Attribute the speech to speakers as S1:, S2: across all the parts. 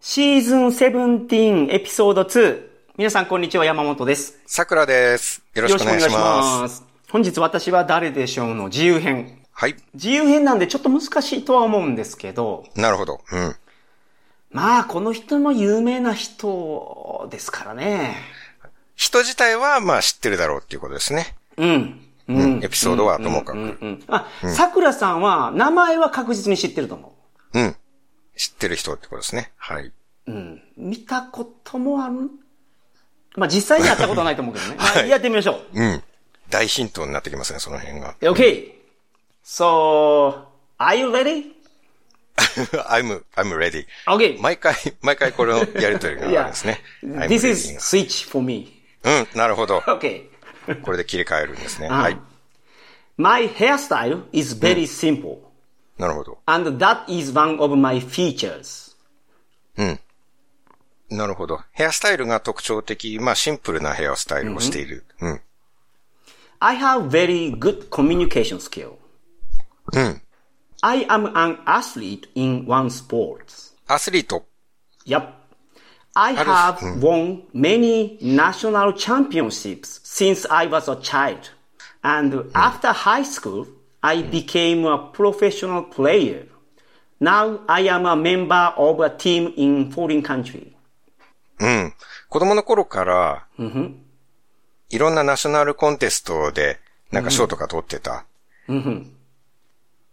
S1: シーズン17エピソード2。皆さんこんにちは、山本です。
S2: さくらです。よろしくお願いしま
S1: よろし
S2: す。
S1: くお願いします。本日私は誰でしょうの自由編。
S2: はい。
S1: 自由編なんでちょっと難しいとは思うんですけど、
S2: なるほど。うん。
S1: まあこの人も有名な人ですからね。
S2: 人自体は、まあ知ってるだろうっていうことですね。
S1: うん。う。
S2: うんん。エピソードはともかく。う
S1: うんんうん。あ、桜さんは名前は確実に知ってると思
S2: 知ってる人ってことですね。はい。
S1: う。うん。見たこともあるまあ実際に会ったことはないと思うけどね。
S2: はい
S1: まあやってみましょう。
S2: うん。大ヒントになってきますね、その辺が。
S1: Okay. So, are you ready?
S2: I'm, I'm ready.
S1: Okay.
S2: 毎回、毎回これのやりとりがあるんです ね。I'm
S1: This
S2: ready
S1: is switch for me.
S2: うん、なるほど。
S1: Okay.
S2: これで切り替えるん ですね。
S1: Ah.
S2: はい。
S1: My hairstyle is very simple,
S2: なるほど。
S1: and that is one of my features.
S2: なるほど。ヘアスタイルが特徴的、まあシンプルなヘアスタイルをしている。うん。
S1: I have very good communication skill. Hmm. I am an athlete in one sport.
S2: アスリート。
S1: Yep. I have won many national championships since I was a child. And after high school, I became a professional player. Now I am a member of a team in foreign country.
S2: うん。子供の頃から、いろんなナショナルコンテストで、なんか賞とか取ってた、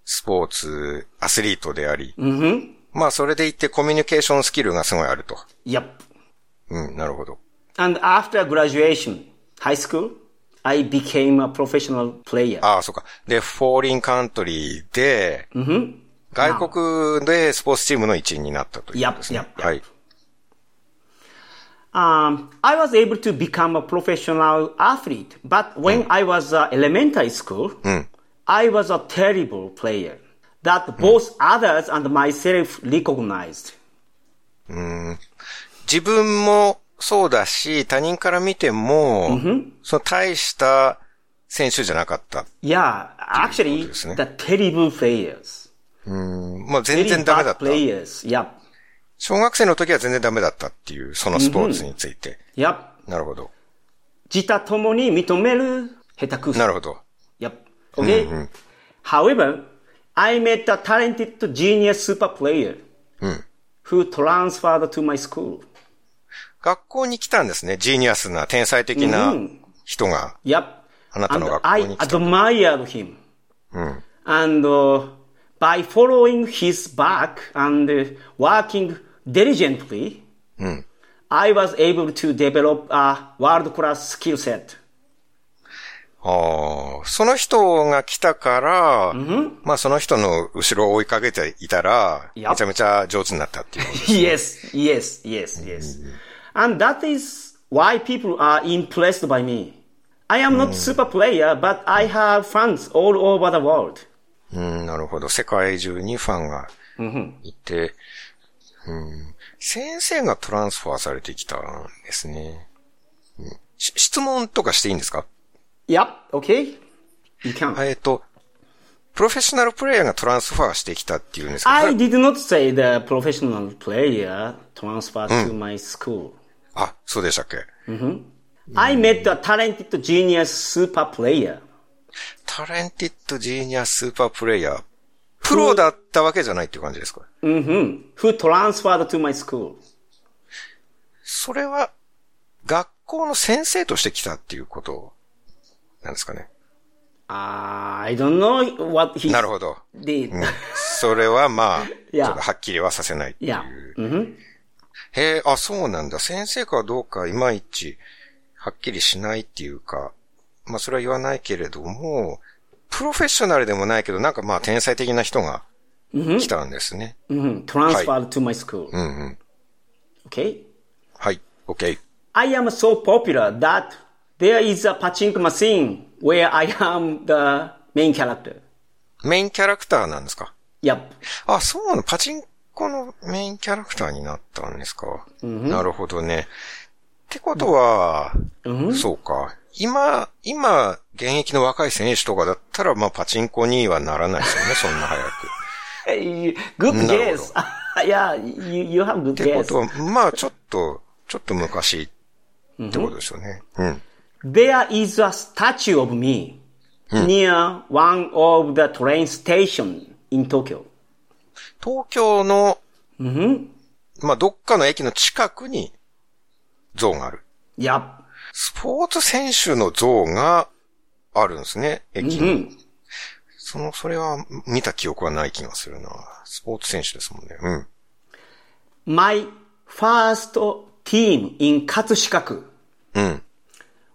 S2: スポーツ、アスリートであり、まあそれでいってコミュニケーションスキルがすごいあると。
S1: Yep.
S2: うん、なるほど。
S1: And after graduation, high school, I became a professional player.
S2: ああ、そうか。で、フォーリンカントリーで、外国でスポーツチームの一員になったということですね。
S1: やっやっ
S2: はい。
S1: Um, I was able to become a professional athlete, but when I was uh, elementary school, I was a terrible player that both others and myself recognized.
S2: 自分もそうだし、他人から見ても、その大した選手じゃなかった。
S1: Yeah, actually,
S2: ということですね。
S1: the terrible players,
S2: まあ全
S1: very
S2: 然ダメだ
S1: bad
S2: った。
S1: players. Yep,
S2: 小学生の時は全然ダメだったっていう、そのスポーツについて。
S1: yep.
S2: なるほど。
S1: 自他ともに認める下手くそ
S2: なるほど。
S1: Yep. Okay. However, I met a talented genius super player who transferred to my school.
S2: 学校に来たんですね。ジーニアスな、天才的な人が。
S1: Yep.
S2: あなた
S1: And
S2: の学校
S1: I
S2: に来た。
S1: admired him. And uh, by following his back and uh, working diligently, I was able to develop a world class skill set.
S2: ああ、その人が来たから、まあその人の後ろを追いかけていたら、
S1: や
S2: めちゃめちゃ上手になったっていう。
S1: yes, yes, yes, yes. And that is why people are impressed by me. I am not super player, but I have fans all over the world.
S2: うん、なるほど。世界中にファンがいて、うん、先生がトランスファーされてきたんですね。うんし質問とかしていいんですか
S1: Yep, okay? You can.
S2: えっと、プロフェッショナルプレイヤーがトランスファーしてきたっていうんですけど、そ
S1: I
S2: れ
S1: did not say the professional player transferred to my school.
S2: あ、そうでしたっけ
S1: I met a talented genius super player.
S2: タレンティッドジーニアスーパープレイヤー。プロだったわけじゃないっていう感じですか
S1: hmm Who transferred to my school.
S2: それは、学校の先生として来たっていうことなんですかね。
S1: Uh, I don't know what he
S2: なるほど。
S1: did.
S2: それはまあ、ち
S1: や
S2: ょっとはっきりはさせないってい う。
S1: Yeah. Mm-hmm.
S2: へえ、あ、そうなんだ。先生かどうかいまいち、はっきりしないっていうか、まあそれは言わないけれども、プロフェッショナルでもないけど、なんかまあ天才的な人が来たんですね。
S1: hmm Transferred to my school. Okay?
S2: はい、OK。
S1: I am so popular that there is a pachinko machine where I am the main character.
S2: メインキャラクターなんですか
S1: Yep.
S2: あ、そうなの。パチンコのメインキャラクターになったんですか。なるほどね。ってことは、そうか。今、今、現役の若い選手とかだった ら、まあ、パチンコにはならないですよね、そんな早く。
S1: Hey, Good guess. yeah, you, you have good
S2: ってこ
S1: guess.
S2: とは、まあちょっと、ちょっと昔ってことですよね。うん。
S1: There is a statue of me near one of the train station in Tokyo.
S2: 東京の、まあどっかの駅の近くに像がある。
S1: Yep.
S2: スポーツ選手の像があるんですね、駅に。その、それは見た記憶はない気がするな。スポーツ選手ですもんね。うん。
S1: My first team in Katsushikaku
S2: うん。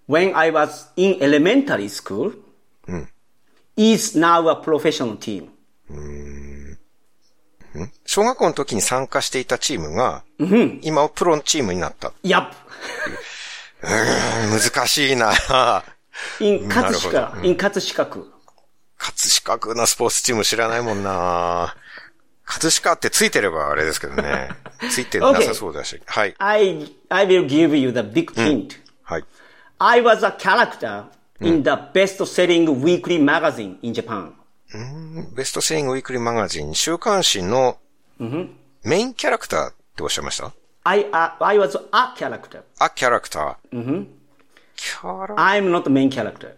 S1: when I was in elementary school is now a professional team.
S2: 小学校の時に参加していたチームが、今プロのチームになった。
S1: Yep.
S2: 難しいな。
S1: In
S2: なるほど
S1: Katsushika, in Katsushikaku.
S2: 葛飾区のスポーツチーム知らないもんな。葛飾ってついてればあれですけどね。ついてなさそうだし。はい。
S1: I, I will give you the big hint.
S2: はい。
S1: I was a character in the best-selling weekly magazine in Japan.
S2: ベストセリングウィークリーマガジン、週刊誌のメインキャラクターっておっしゃいました
S1: I, uh, I was a character.
S2: あ、キャラクター。キャラ、
S1: I'm not the main character.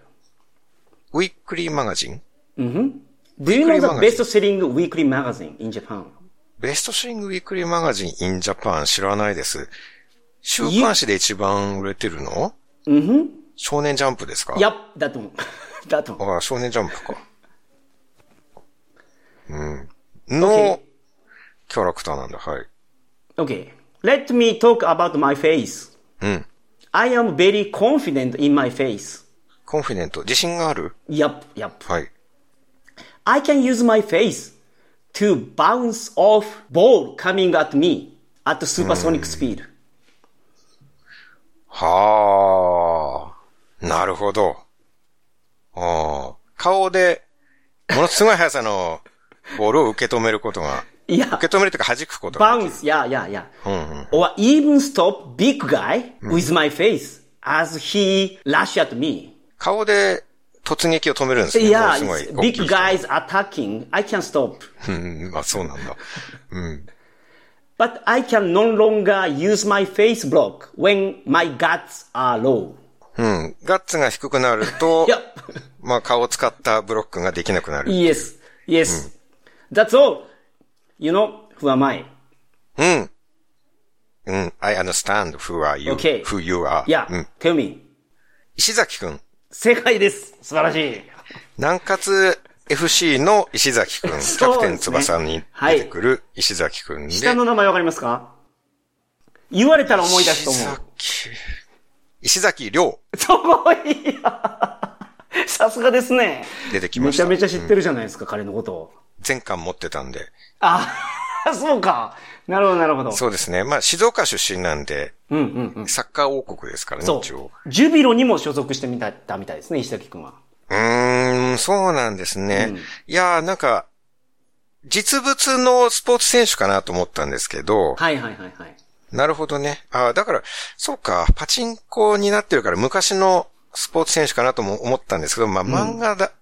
S2: ウィークリーマガジン
S1: Do you know
S2: Weekly
S1: the
S2: magazine.
S1: best-selling weekly magazine in Japan?
S2: ベストセリングウィークリーマガジンインジャパン知らないです。週刊誌で一番売れてるのうん少年ジャンプですか
S1: Yep, that one. that one.
S2: ああ、少年ジャンプか。うん。の、キャラクターなんだ、はい。
S1: Okay. Let me talk about my face.
S2: うん。
S1: I am very confident in my face.
S2: コンフィデント、自信がある
S1: Yep, yep.
S2: はい。
S1: I can use my face to bounce off ball coming at me at supersonic speed.
S2: はあ、なるほど。ああ、顔で、ものすごい速さのボールを受け止めることが、
S1: Yeah.
S2: 受け止めるというか弾くことが。
S1: bounce, yeah, yeah, yeah. Or even stop big guy with my face as he rush at me.
S2: 顔で突撃を止めるんですね。もの
S1: Yeah,
S2: すごい
S1: it's
S2: 大きい
S1: big
S2: 人
S1: guys attacking. I can stop,
S2: うん、まあそうなんだ。
S1: but I can no longer use my face block when my guts are low.
S2: うん。ガッツが低くなると、
S1: Yep.
S2: まあ顔を使ったブロックができなくなる。
S1: Yes. Yes. That's all. You know who am I?
S2: うん。うん。I understand who are you,
S1: Okay.
S2: who you are. う
S1: Yeah.
S2: ん。
S1: Tell me.
S2: 石崎くん。
S1: 正解です。素晴らしい。
S2: 南葛 FC の石崎くん。キャプテン翼に出てくる石崎くんで。
S1: 下の名前わかりますか言われたら思い出すと思う。
S2: 石崎。石崎亮
S1: すごいさすがですね。
S2: 出てきま
S1: め
S2: し
S1: ち
S2: た。
S1: ゃめちゃ知ってるじゃないですか、彼のことを。
S2: 全巻持ってたんで。
S1: あ、そうか。なるほど、なるほど。
S2: そうですね。まあ静岡出身なんで、
S1: うんうんうん。
S2: サッカー王国ですからね、
S1: そ
S2: 一応。
S1: う。ジュビロにも所属してみた、たみたいですね、石崎くんは。
S2: うーん、そうなんですね。いやー、なんか、実物のスポーツ選手かなと思ったんですけど、
S1: はいはいはいはい。
S2: なるほどね。あーだから、そうか、パチンコになってるから昔のスポーツ選手かなとも思ったんですけど、まあ漫画だ、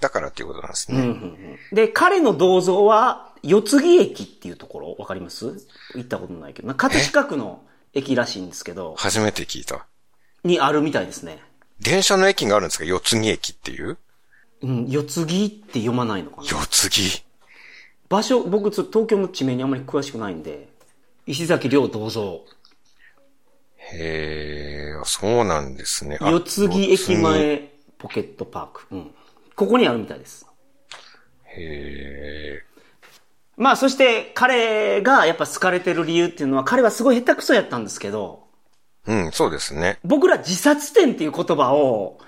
S2: だからっていうことなんですね。
S1: で、彼の銅像は、四つ木駅っていうところ、わかります行ったことないけど、な葛飾区の駅らしいんですけど、
S2: 初めて聞いた。
S1: にあるみたいですね。
S2: 電車の駅があるんですか四つ木駅っていう
S1: うん、四つ木って読まないのかな
S2: 四つ木。
S1: 場所、僕、ちょっと東京の地名にあんまり詳しくないんで、石崎亮銅像、
S2: へー、そうなんですね。あ
S1: 四つ木
S2: 四つ
S1: 駅前ポケットパーク。うん。ここにあるみたいです。
S2: へ
S1: まあ、そして彼がやっぱ好かれてる理由っていうのは、彼はすごい下手くそやったんですけど、
S2: ー。うん、そうですね。
S1: 僕ら自殺点っていう言葉を、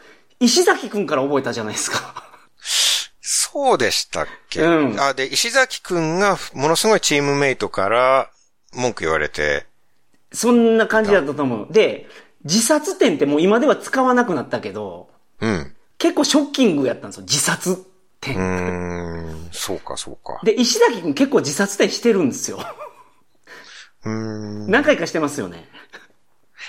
S1: 石崎くんから覚えたじゃないですか。
S2: そうでしたっけ、
S1: うん
S2: あ、で、石崎くんがものすごいチームメイトから文句言われて、
S1: そんな感じだったと思う。で、自殺点ってもう今では使わなくなったけど、
S2: うん。
S1: 結構ショッキングやったんですよ、自殺
S2: う
S1: 点。
S2: ーん、そうかそうか。
S1: で、石崎君結構自殺点してるんですよ。
S2: うーん。
S1: 何回かしてますよね。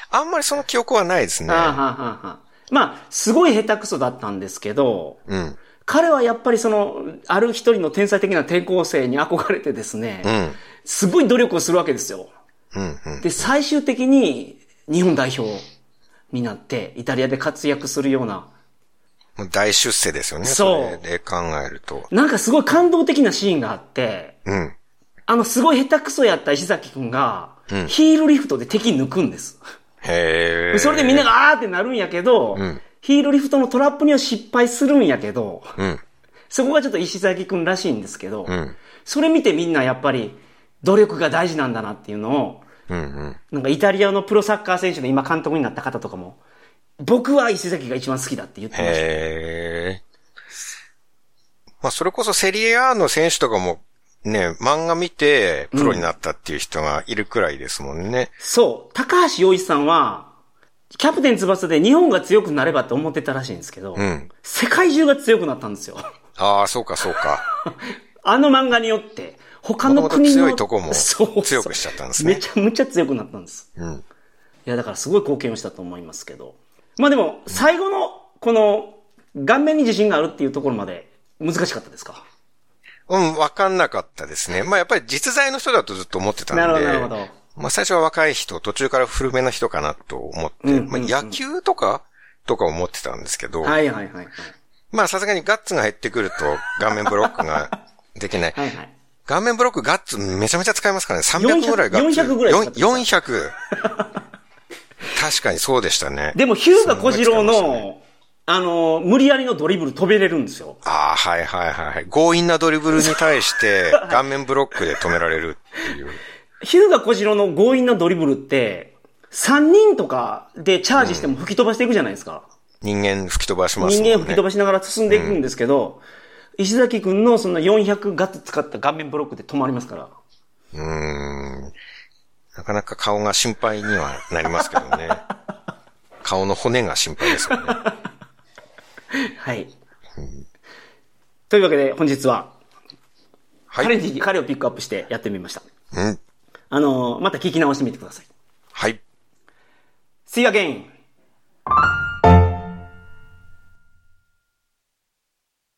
S2: あんまりその記憶はないです
S1: あ。
S2: ね
S1: ーはーはーはーまあ、すごい下手くそだったんですけど、
S2: うん。
S1: 彼はやっぱりその、ある一人の天才的な転校生に憧れてですね、
S2: ん
S1: すごい努力をするわけですよ。
S2: うん、うん。
S1: で、最終的に日本代表になって、イタリアで活躍するような、
S2: もう大出世ですよね。
S1: そう
S2: それで考えると。
S1: なんかすごい感動的なシーンがあって、
S2: うん。
S1: あの、すごい下手くそやった石崎くんが、ヒールリフトで敵抜くんです。
S2: へえ。
S1: それでみんながあーってなるんやけど、
S2: ん
S1: ヒールリフトのトラップには失敗するんやけど、
S2: うん。
S1: そこがちょっと石崎くんらしいんですけど、
S2: ん
S1: それ見てみんなやっぱり努力が大事なんだなっていうのを、
S2: うん、うん。
S1: なんかイタリアのプロサッカー選手の今監督になった方とかも、僕は石崎が一番好きだって言ってました。
S2: へえ。まあ、それこそセリエ A の選手とかも、ね、漫画見てプロになったっていう人がいるくらいですもんね。
S1: そう、高橋洋一さんは、キャプテン翼で日本が強くなればって思ってたらしいんですけど、
S2: うん。
S1: 世界中が強くなったんですよ。
S2: ああ、そうか、そうか。
S1: あの漫画によって、他の
S2: もともと
S1: 国の。
S2: 強いとこも
S1: そうそう
S2: 強くしちゃったんですね
S1: めちゃむちゃ強くなったんです。
S2: うん。
S1: いや、だからすごい貢献をしたと思いますけど。まあでも、最後の、この、顔面に自信があるっていうところまで、難しかったですか
S2: うん、わかんなかったですね。まあ、やっぱり実在の人だとずっと思ってたんで。
S1: なるほどなるほど
S2: まあ、最初は若い人、途中から古めの人かなと思って、
S1: うんうん
S2: まあ、野球とか、とか思ってたんですけど、
S1: はいはいはいはい。
S2: まあ、さすがにガッツが減ってくると、顔面ブロックができない。
S1: はいはい。
S2: 顔面ブロックガッツめちゃめちゃ使いますからね。300ぐらいガッツ。
S1: 400ぐらい使ってま
S2: 400。確かにそうでしたね。
S1: でも、ヒューガ小次郎
S2: すごい使いましたね
S1: の、あの、無理やりのドリブル飛びれるんですよ。
S2: ああ、はいはいはいはい。強引なドリブルに対 して、顔面ブロックで止められるっていう。
S1: ヒューガ小次郎の強引なドリブルって、3人とかでチャージしても吹き飛ばしていくじゃないですか。
S2: 人間吹き飛ばしますもんね。
S1: 人間を吹き飛ばしながら進んでいくんですけど、石崎君のその400ガッツ使った顔面ブロックで止まりますから。
S2: うーん。なかなか顔が心配にはなりますけどね。顔の骨が心配ですよね。
S1: はい。というわけで本日は、
S2: はい
S1: 彼に、彼をピックアップしてやってみました。
S2: うん。
S1: あのーまた聞き直してみてください。
S2: はい。
S1: See you again!